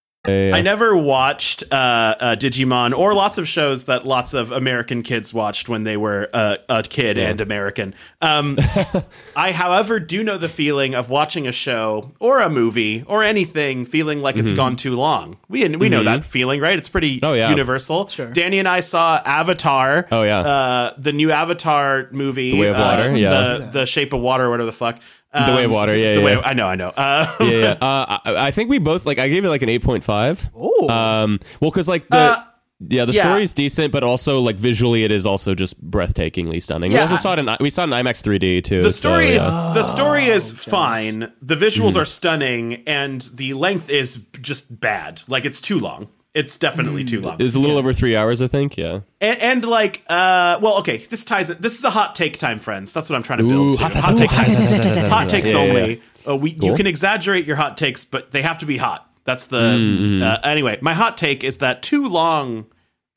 Speaker 2: Yeah,
Speaker 3: I
Speaker 2: yeah.
Speaker 3: never watched uh, uh, Digimon or lots of shows that lots of American kids watched when they were uh, a kid and American. Um, I, however, do know the feeling of watching a show or a movie or anything feeling like it's gone too long. We we know that feeling, right? It's pretty
Speaker 2: Mm-hmm. Oh, yeah.
Speaker 3: universal. Sure. Danny and I saw Avatar.
Speaker 2: Oh, yeah.
Speaker 3: uh, the new Avatar movie, The
Speaker 2: Way of Water, yeah.
Speaker 3: the, the Shape of Water, whatever the fuck. Uh,
Speaker 2: The Way of Water, yeah,
Speaker 3: the
Speaker 2: yeah.
Speaker 3: Way of- I know, I know. Uh,
Speaker 2: yeah, yeah. Uh, I, I think we both like. I gave it like an eight point five.
Speaker 4: Oh.
Speaker 2: Um. Well, because like the.
Speaker 3: Uh,
Speaker 2: yeah, the
Speaker 3: yeah.
Speaker 2: story is decent, but also like visually, it is also just breathtakingly stunning. We
Speaker 3: Yeah.
Speaker 2: also saw it in I- we saw it in IMAX 3D too.
Speaker 3: the
Speaker 2: so,
Speaker 3: story Hmm. is
Speaker 2: yeah.
Speaker 3: the story is fine. The visuals are stunning, and the length is b- just bad. Like it's too long. Hmm. It's definitely too long.
Speaker 2: It was a little over three hours, I think. Yeah.
Speaker 3: and, and like, uh, well, okay, this ties. it. This is a hot take time, friends. That's what I'm trying to build. to. Hot, take, time. hot takes
Speaker 2: Yeah, yeah,
Speaker 3: only. Uh, we you can exaggerate your hot takes, but they have to be hot. That's the
Speaker 2: Mm-hmm.
Speaker 3: uh, anyway. My hot take is that too long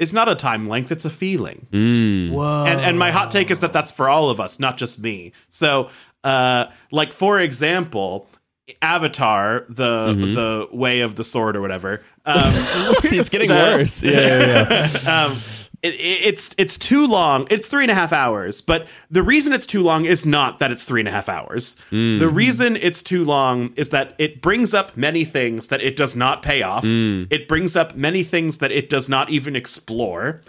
Speaker 3: is not a time length; it's a feeling.
Speaker 2: Mm.
Speaker 4: Whoa.
Speaker 3: And, and my hot take is that that's for all of us, not just me. So, uh, like for example, Avatar, the
Speaker 2: Mm-hmm.
Speaker 3: the way of the sword or whatever, um,
Speaker 2: It's getting
Speaker 3: That-
Speaker 2: worse. Yeah, yeah, yeah.
Speaker 3: um, it, it- it's it's too long. It's three and a half hours, but the reason it's too long is not that it's three and a half hours. The reason it's too long is that it brings up many things that it does not pay off. It brings up many things that it does not even explore.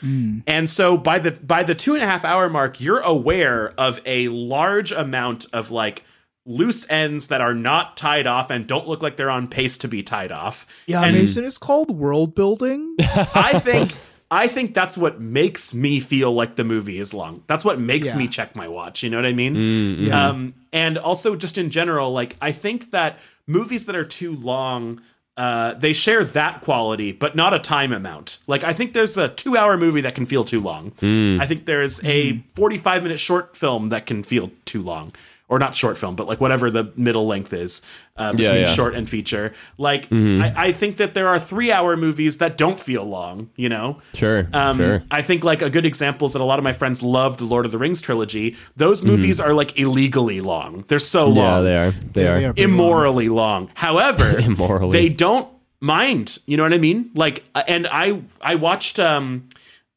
Speaker 3: And so by the by the two and a half hour mark, you're aware of a large amount of like loose ends that are not tied off and don't look like they're on pace to be tied off.
Speaker 4: Yeah,
Speaker 3: and
Speaker 4: Mason, it's called world building.
Speaker 3: I think I think that's what makes me feel like the movie is long. That's what makes
Speaker 4: Yeah.
Speaker 3: me check my watch. You know what I mean?
Speaker 2: Mm,
Speaker 3: Um, and also just in general, like I think that movies that are too long. Uh, they share that quality, but not a time amount. Like I think there's a two-hour movie that can feel too long.
Speaker 2: Mm.
Speaker 3: I think there's a 45-minute short film that can feel too long, or not short film, but like whatever the middle length is uh, between
Speaker 2: yeah.
Speaker 3: short and feature. Like
Speaker 2: Mm-hmm.
Speaker 3: I, I think that there are three-hour movies that don't feel long. You know,
Speaker 2: Sure.
Speaker 3: um,
Speaker 2: sure.
Speaker 3: I think like a good example is that a lot of my friends love the Lord of the Rings trilogy. Those movies are like illegally long. They're so long.
Speaker 2: Mm-hmm. Yeah, they are. They are.
Speaker 4: They are pretty
Speaker 3: Immorally long. However,
Speaker 2: Immorally.
Speaker 3: they don't mind. You know what I mean? Like, uh, and I I watched um,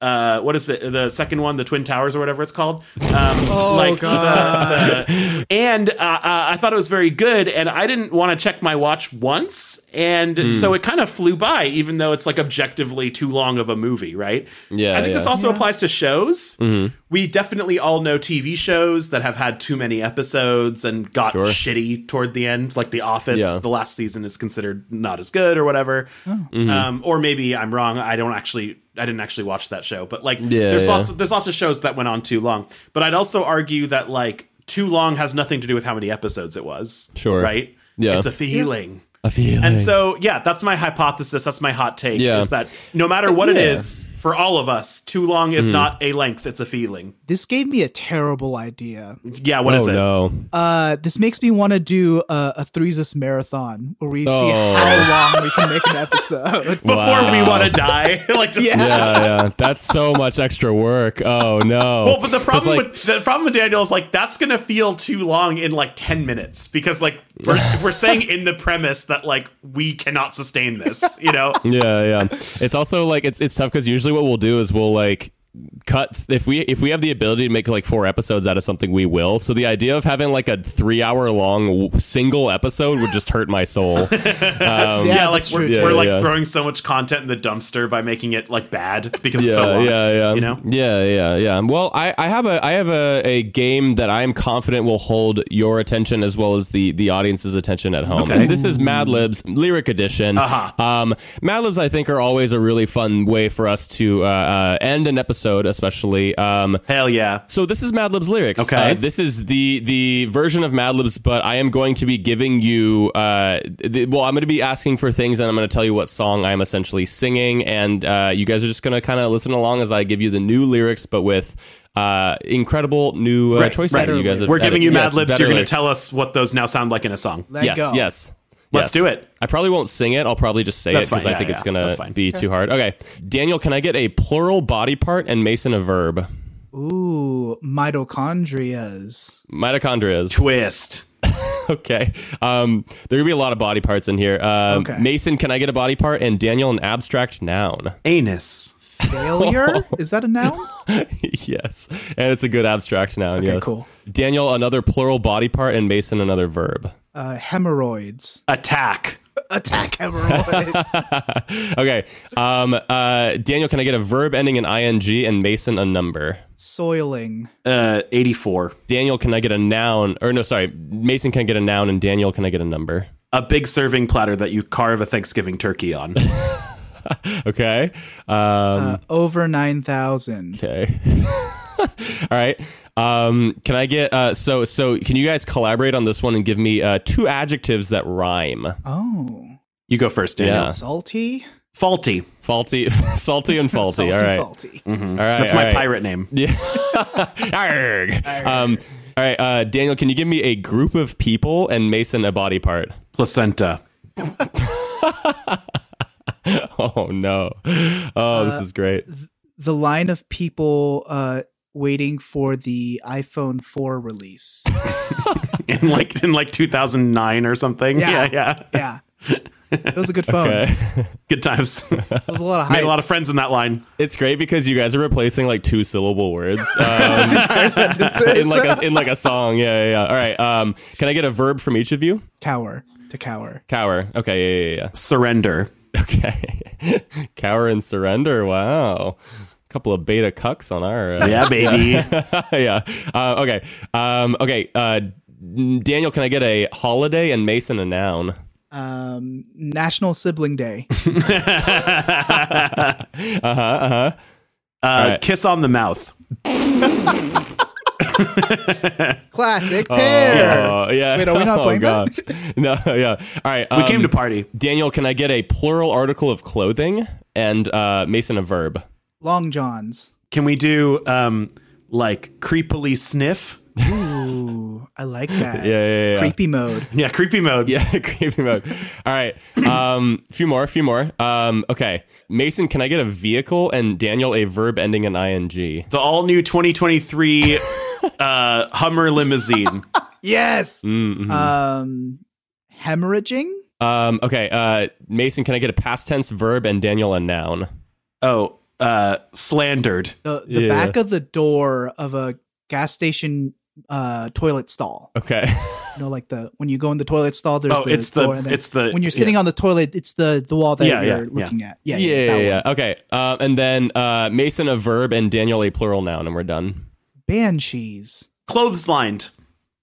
Speaker 3: uh, what is it? The second one, the Twin Towers or whatever it's called. Um, oh like, God. and uh, uh, I thought it was very good, and I didn't want to check my watch once, and
Speaker 2: Hmm.
Speaker 3: so it kind of flew by, even though it's like objectively too long of a movie, right?
Speaker 2: Yeah,
Speaker 3: I think
Speaker 2: yeah. Mm-hmm.
Speaker 3: this also applies to shows. We definitely all know TV shows that have had too many episodes and got
Speaker 2: Sure.
Speaker 3: shitty toward the end, like The Office.
Speaker 2: Yeah. Oh.
Speaker 3: The last season is considered not as good or whatever. Um,
Speaker 2: Mm-hmm.
Speaker 3: or maybe I'm wrong. I don't actually. I didn't actually watch that show, but like, there's
Speaker 2: yeah.
Speaker 3: lots. Of, there's lots of shows that went on too long. But I'd also argue that like too long has nothing to do with how many episodes it was.
Speaker 2: Sure.
Speaker 3: Right.
Speaker 2: Yeah.
Speaker 3: It's a feeling.
Speaker 2: I feel
Speaker 3: And
Speaker 2: like-
Speaker 3: so, yeah, that's my hypothesis. That's my hot take
Speaker 2: Yeah.
Speaker 3: is that no matter what it
Speaker 2: Yeah. Hmm.
Speaker 3: is, for all of us, too long is not a length, it's a feeling.
Speaker 4: this gave me a terrible idea.
Speaker 3: Yeah, what is
Speaker 2: Oh
Speaker 3: it?
Speaker 2: no!
Speaker 4: Uh, this makes me want to do a, a Threesis marathon where we see
Speaker 2: Oh.
Speaker 4: how long we can make an episode.
Speaker 3: Before we
Speaker 2: Wow.
Speaker 3: want to die, like just
Speaker 4: Yeah.
Speaker 2: yeah, yeah. That's so much extra work. Oh no!
Speaker 3: Well, but the problem
Speaker 2: like-
Speaker 3: with the problem with Daniel is like that's gonna feel too long in like ten minutes because like we're, we're saying in the premise that like we cannot sustain this, you know?
Speaker 2: yeah, yeah. It's also like it's it's tough because usually what we'll do is we'll like cut if we if we have the ability to make like four episodes out of something we will so the idea of having like a three hour long w- single episode would just hurt my soul
Speaker 3: Yeah, like
Speaker 4: that's
Speaker 3: we're,
Speaker 4: true,
Speaker 2: too.
Speaker 3: we're
Speaker 2: Yeah,
Speaker 3: like
Speaker 2: yeah.
Speaker 3: throwing so much content in the dumpster by making it like bad because
Speaker 2: yeah
Speaker 3: it's so long.
Speaker 2: yeah yeah
Speaker 3: You know?
Speaker 2: yeah yeah yeah well i i have a i have a, a game that i'm confident will hold your attention as well as the the audience's attention at home
Speaker 3: Okay.
Speaker 2: and this is mad libs lyric edition
Speaker 3: Uh-huh.
Speaker 2: um mad libs i think are always a really fun way for us to uh, uh end an episode especially um
Speaker 3: Hell yeah.
Speaker 2: So this is Mad Lib's lyrics.
Speaker 3: Okay.
Speaker 2: Uh, this is the the version of Mad Lib's, but I am going to be giving you. Uh, the, well, I'm going to be asking for things, and I'm going to tell you what song I'm essentially singing, and uh, you guys are just going to kind of listen along as I give you the new lyrics, but with uh, incredible new uh,
Speaker 3: Right,
Speaker 2: choices
Speaker 3: right.
Speaker 2: that you guys. Have
Speaker 3: We're giving you Mad
Speaker 2: yes,
Speaker 3: Libs.
Speaker 2: better
Speaker 3: You're going
Speaker 2: lyrics.
Speaker 3: to tell us what those now sound like in a song.
Speaker 4: Let
Speaker 2: yes,
Speaker 4: go.
Speaker 2: yes.
Speaker 3: Let's
Speaker 2: Yes.
Speaker 3: do it.
Speaker 2: I probably won't sing it. I'll probably just say
Speaker 3: That's
Speaker 2: it because
Speaker 3: fine.
Speaker 2: I
Speaker 3: Yeah,
Speaker 2: think
Speaker 3: yeah,
Speaker 2: it's
Speaker 3: that's
Speaker 2: going
Speaker 3: fine.
Speaker 2: to be too hard. Okay. Daniel, can I get a plural body part and Mason a verb?
Speaker 4: Ooh, mitochondrias.
Speaker 2: Mitochondria.
Speaker 3: Twist.
Speaker 2: Okay. Um, there are gonna be a lot of body parts in here. Um,
Speaker 4: Okay.
Speaker 2: Mason, can I get a body part? And Daniel, an abstract noun.
Speaker 3: Anus.
Speaker 4: Failure? Is that a noun?
Speaker 2: yes, and it's a good abstract noun. yes.
Speaker 4: cool.
Speaker 2: Daniel, another plural body part, and Mason, another verb.
Speaker 4: Uh, hemorrhoids.
Speaker 3: Attack.
Speaker 4: Attack hemorrhoids.
Speaker 2: Okay. Um, uh, Daniel, can I get a verb ending in ing and Mason a number?
Speaker 4: Soiling.
Speaker 3: Uh, 84.
Speaker 2: Daniel, can I get a noun? Or no, sorry. Mason can I get a noun, and Daniel, can I get a number?
Speaker 3: A big serving platter that you carve a Thanksgiving turkey on.
Speaker 2: Okay. Um,
Speaker 4: Uh, over 9,000.
Speaker 2: Okay. All right. Um, can I get uh, so so? Can you guys collaborate on this one and give me uh, two adjectives that rhyme?
Speaker 4: Oh.
Speaker 3: You go first, Daniel.
Speaker 2: Yeah.
Speaker 4: Salty?
Speaker 3: Faulty.
Speaker 2: Faulty, salty, and faulty.
Speaker 4: Salty,
Speaker 2: all right.
Speaker 4: faulty.
Speaker 2: All right.
Speaker 3: That's
Speaker 2: all
Speaker 3: my
Speaker 2: right.
Speaker 3: pirate name.
Speaker 2: Arg. Um, all right, uh, Daniel. Can you give me a group of people and Mason a body part?
Speaker 3: Placenta.
Speaker 2: Oh no! Oh, this is great.
Speaker 4: The line of people uh, waiting for the iPhone 4 release.
Speaker 3: In like in like 2009 or something.
Speaker 4: Yeah.
Speaker 3: yeah. yeah.
Speaker 4: Yeah. That was a good phone.
Speaker 2: Okay.
Speaker 3: Good times.
Speaker 4: That was a lot of
Speaker 3: Made
Speaker 4: hype.
Speaker 3: a lot of friends in that line.
Speaker 2: It's great because you guys are replacing like two syllable words. Um,
Speaker 4: entire sentences.
Speaker 2: in like a, in like a song. Yeah, yeah, yeah. All right. Um, can I get a verb from each of you?
Speaker 4: cower. To cower.
Speaker 2: Cower. Okay. Yeah, yeah,
Speaker 3: Surrender.
Speaker 2: yeah. Okay. Cower and surrender. Wow. A couple of beta cucks on our. Uh,
Speaker 3: Yeah, baby.
Speaker 2: yeah. Uh, okay. Um, okay. Uh, Daniel, can I get a holiday and Mason a noun?
Speaker 4: Um, National Sibling Day.
Speaker 2: Uh-huh,
Speaker 3: Uh, Kiss on the mouth.
Speaker 4: Classic
Speaker 2: Oh.
Speaker 4: pair.
Speaker 2: Uh, yeah.
Speaker 4: Wait, are we not
Speaker 2: oh,
Speaker 4: playing
Speaker 2: God. No, yeah. All right.
Speaker 3: We
Speaker 2: um,
Speaker 3: came to party.
Speaker 2: Daniel, can I get a plural article of clothing and uh, Mason a verb?
Speaker 4: Long Johns.
Speaker 3: Can we do um like creepily sniff?
Speaker 4: Ooh, I like that.
Speaker 2: Yeah, yeah, yeah.
Speaker 4: Creepy mode.
Speaker 3: Yeah, creepy mode.
Speaker 2: Yeah, creepy mode. All right. Um, a few more, a few more. Um, okay. Mason, can I get a vehicle and Daniel a verb ending in ing?
Speaker 3: The all new 2023 uh Hummer limousine.
Speaker 4: Yes. Um, hemorrhaging.
Speaker 2: Mm-hmm. Um, okay. Uh, Mason, can I get a past tense verb and Daniel a noun?
Speaker 3: Oh, uh slandered.
Speaker 4: The the
Speaker 2: Yeah.
Speaker 4: back of the door of a gas station uh toilet stall.
Speaker 2: Okay.
Speaker 4: You know, like the when you go in the toilet stall, there's
Speaker 3: Oh,
Speaker 4: the
Speaker 3: it's the-
Speaker 4: door, and then
Speaker 3: it's the-
Speaker 4: when you're sitting on the toilet, it's the the wall that
Speaker 3: Yeah,
Speaker 4: you're
Speaker 3: yeah,
Speaker 4: looking at. Yeah,
Speaker 2: yeah, yeah,
Speaker 4: that
Speaker 2: yeah.
Speaker 4: one.
Speaker 2: Okay. Uh, and then uh, Mason a verb and Daniel a plural noun, and we're done.
Speaker 4: Banshees.
Speaker 3: Clotheslined.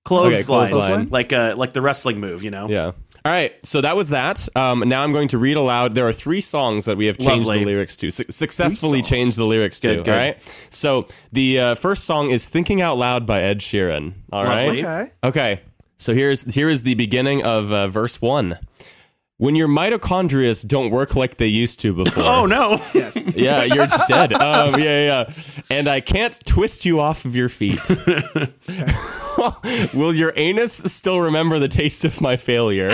Speaker 3: Clotheslined.
Speaker 2: clothesline.
Speaker 3: Like uh like the wrestling move, you know?
Speaker 2: Yeah. All right. So that was that. Um, now I'm going to read aloud. There are three songs that we have changed the
Speaker 3: Lovely.
Speaker 2: lyrics to, su- successfully changed the lyrics to.
Speaker 3: Good, good.
Speaker 2: All right. So the uh, first song is "Thinking Out Loud" by Ed Sheeran. All right.
Speaker 3: Lovely.
Speaker 4: Okay.
Speaker 2: Okay. So here's here is the beginning of uh, verse one. When your mitochondria don't work like they used to before.
Speaker 3: Oh no.
Speaker 4: Yes.
Speaker 2: Yeah, you're just dead. Um, yeah, yeah. And I can't twist you off of your feet. Will your anus still remember the taste of my failure?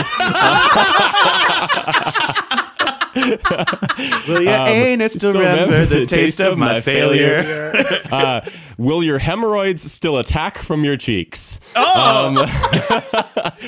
Speaker 3: Will your anus Um, still remember the taste of my failure?
Speaker 2: Uh, will your hemorrhoids still attack from your cheeks?
Speaker 3: Oh!
Speaker 2: Um,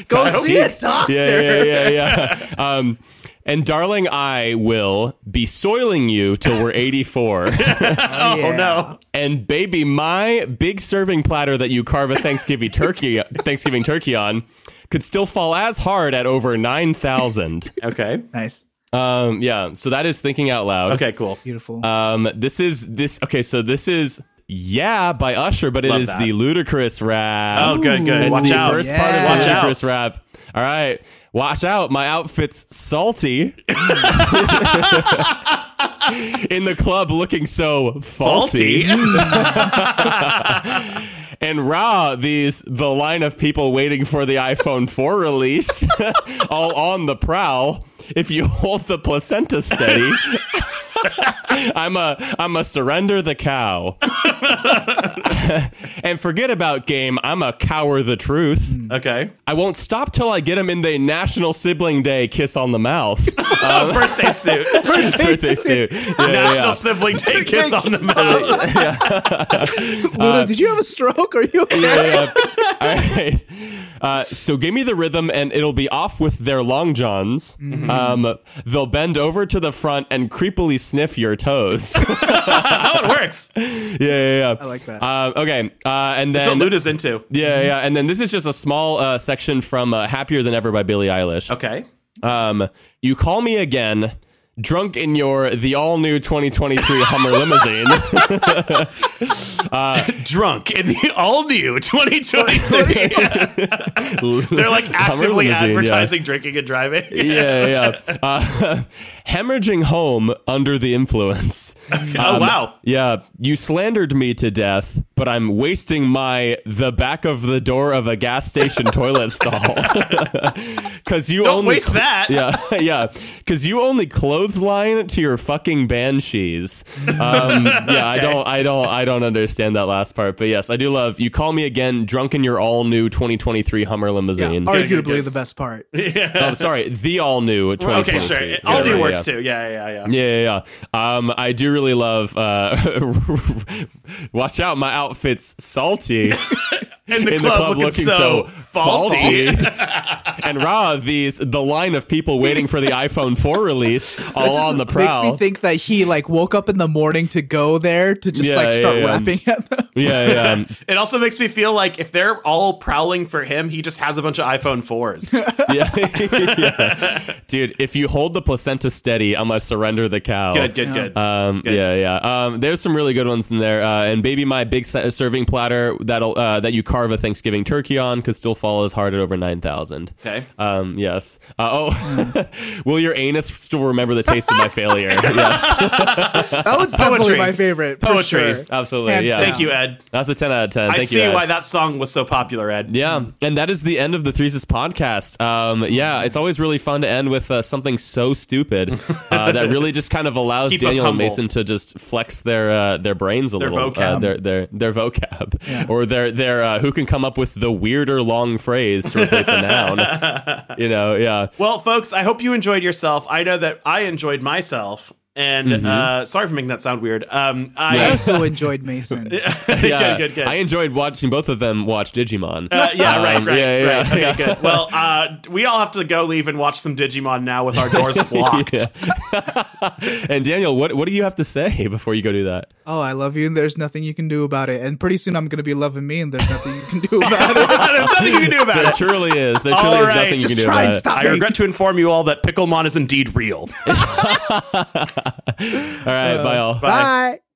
Speaker 4: Go see it, doctor.
Speaker 2: Yeah, yeah, yeah, yeah. Um, and darling, I will be soiling you till we're 84.
Speaker 4: Oh
Speaker 3: No.
Speaker 2: and baby, my big serving platter that you carve a Thanksgiving turkey, Thanksgiving turkey on, could still fall as hard at over 9,000.
Speaker 3: Okay.
Speaker 4: Nice.
Speaker 2: Um, yeah. So that is thinking out loud.
Speaker 3: Okay, cool.
Speaker 4: Beautiful.
Speaker 2: Um, this is this. Okay, so this is yeah by Usher, but it is
Speaker 3: Love that.
Speaker 2: the ludicrous rap.
Speaker 3: Oh, good, good.
Speaker 2: It's
Speaker 3: Watch
Speaker 2: the
Speaker 3: out.
Speaker 2: First part of
Speaker 4: Yeah.
Speaker 3: Watch out.
Speaker 2: ludicrous rap. All right, watch out. My outfit's salty. In the club, looking so faulty,
Speaker 3: Faulty.
Speaker 2: and raw. These the line of people waiting for the iPhone 4 release, all on the prowl. If you hold the placenta steady, I'm a I'm a surrender the cow. and forget about game. I'm a cower the truth.
Speaker 3: okay.
Speaker 2: I won't stop till I get him in the National Sibling Day kiss on the mouth.
Speaker 3: Oh, birthday suit.
Speaker 2: birthday suit. Yeah, yeah,
Speaker 3: National
Speaker 2: yeah.
Speaker 3: sibling day kiss on the mouth.
Speaker 4: Luda,
Speaker 2: Uh,
Speaker 4: did you have a stroke? Are you? okay?
Speaker 2: Yeah, yeah. All right. Uh, so give me the rhythm, and it'll be off with their long johns. Um, they'll bend over to the front and creepily sniff your toes. yeah,
Speaker 3: Oh, it works. That's
Speaker 2: yeah, yeah. I
Speaker 4: like that.
Speaker 2: Uh, okay, uh, and
Speaker 3: what
Speaker 2: then
Speaker 3: Luda's into.
Speaker 2: Yeah, yeah. And then this is just a small uh, section from uh, Happier Than Ever by Billie Eilish.
Speaker 3: Okay.
Speaker 2: Um, you call me again, drunk in your the all new 2023 Hummer limousine.
Speaker 3: Drunk in the all new 2023. They're like actively
Speaker 2: limousine, yeah.
Speaker 3: advertising drinking and driving.
Speaker 2: yeah, yeah. yeah. Uh, hemorrhaging home under the influence. Um,
Speaker 3: oh, wow.
Speaker 2: Yeah, you slandered me to death, but I'm wasting my the back of the door of a gas station toilet stall. Cuz you
Speaker 3: Don't
Speaker 2: only
Speaker 3: waste that.
Speaker 2: Yeah, yeah. Cuz you only clothesline to your fucking banshees. Um, yeah, I don't I don't I don't understand that last part, but yes, I do love you call me again drunk in your all new 2023 Hummer
Speaker 4: Yeah,
Speaker 2: limousine.
Speaker 3: good,
Speaker 4: arguably
Speaker 3: good.
Speaker 4: the best part.
Speaker 2: oh, sorry, the all new 2023.
Speaker 3: Okay, sure. It-
Speaker 2: Yeah,
Speaker 3: all
Speaker 2: yeah,
Speaker 3: new works
Speaker 2: yeah.
Speaker 3: too. Yeah, yeah, yeah.
Speaker 2: Yeah, yeah, yeah. Um, I do really love. Uh, watch out, my outfit's salty.
Speaker 3: In the,
Speaker 2: In the
Speaker 3: club,
Speaker 2: club,
Speaker 3: looking, so, faulty.
Speaker 2: and raw, these the line of people waiting for the iPhone 4 release, all
Speaker 4: It just
Speaker 2: on the
Speaker 4: Makes
Speaker 2: prowl.
Speaker 4: me think that he like woke up in the morning to go there to just
Speaker 2: Yeah,
Speaker 4: like start
Speaker 2: yeah, yeah.
Speaker 4: rapping at them.
Speaker 2: Yeah, yeah. um,
Speaker 3: It also makes me feel like if they're all prowling for him, he just has a bunch of iPhone 4s.
Speaker 2: yeah. Yeah. Dude, if you hold the placenta steady, I'm going to surrender the cow.
Speaker 3: Good, good, good.
Speaker 2: Um, yeah, yeah. Um, there's some really good ones in there. Uh, and baby, my big se- serving platter that'll uh, that you carve a Thanksgiving turkey on could still fall as hard at over nine thousand.
Speaker 3: Okay.
Speaker 2: Um, yes. Uh, oh, will your anus still remember the taste of my failure? yes,
Speaker 4: That was definitely
Speaker 3: Poetry.
Speaker 4: my favorite. for
Speaker 3: Poetry.
Speaker 4: sure.
Speaker 2: absolutely.
Speaker 4: Hands
Speaker 2: yeah.
Speaker 4: down.
Speaker 3: Thank you, Ed.
Speaker 2: That's a ten out of ten.
Speaker 3: I
Speaker 2: Thank
Speaker 3: see
Speaker 2: you. Ed.
Speaker 3: why that song was so popular, Ed.
Speaker 2: Yeah, and that is the end of the Threeses podcast. Um, yeah, it's always really fun to end with uh, something so stupid uh, that really just kind of allows
Speaker 3: Keep us
Speaker 2: Daniel and
Speaker 3: humble.
Speaker 2: Mason to just flex their uh, their brains a
Speaker 3: Their
Speaker 2: little, Uh,
Speaker 3: vocab.
Speaker 2: their their their vocab, or their their uh, who can come up with the weirder long phrase to replace a noun. You know, yeah.
Speaker 3: Well, folks, I hope you enjoyed yourself. I know that I enjoyed myself. And
Speaker 2: Mm-hmm.
Speaker 3: uh, sorry for making that sound weird. Um, I,
Speaker 4: I also enjoyed Mason.
Speaker 2: yeah.
Speaker 3: good, good.
Speaker 2: I enjoyed watching both of them watch Digimon.
Speaker 3: Uh, yeah,
Speaker 2: Um,
Speaker 3: right, right,
Speaker 2: yeah, yeah,
Speaker 3: right.
Speaker 2: yeah.
Speaker 3: Okay, good. Well, uh, we all have to go leave and watch some Digimon now with our doors blocked.
Speaker 2: Yeah. and Daniel, what what do you have to say before you go do that?
Speaker 4: Oh, I love you, and there's nothing you can do about it. And pretty soon I'm gonna be loving me, and there's nothing you can do about it.
Speaker 3: There's nothing you can do about
Speaker 2: There
Speaker 3: it.
Speaker 2: truly is. There truly
Speaker 3: All
Speaker 2: is
Speaker 3: right,
Speaker 2: nothing you
Speaker 3: just
Speaker 2: can do
Speaker 4: try
Speaker 2: about
Speaker 4: and
Speaker 2: it.
Speaker 4: stop
Speaker 3: I regret to inform you all that Picklemon is indeed real.
Speaker 2: All right, bye all.
Speaker 4: Bye.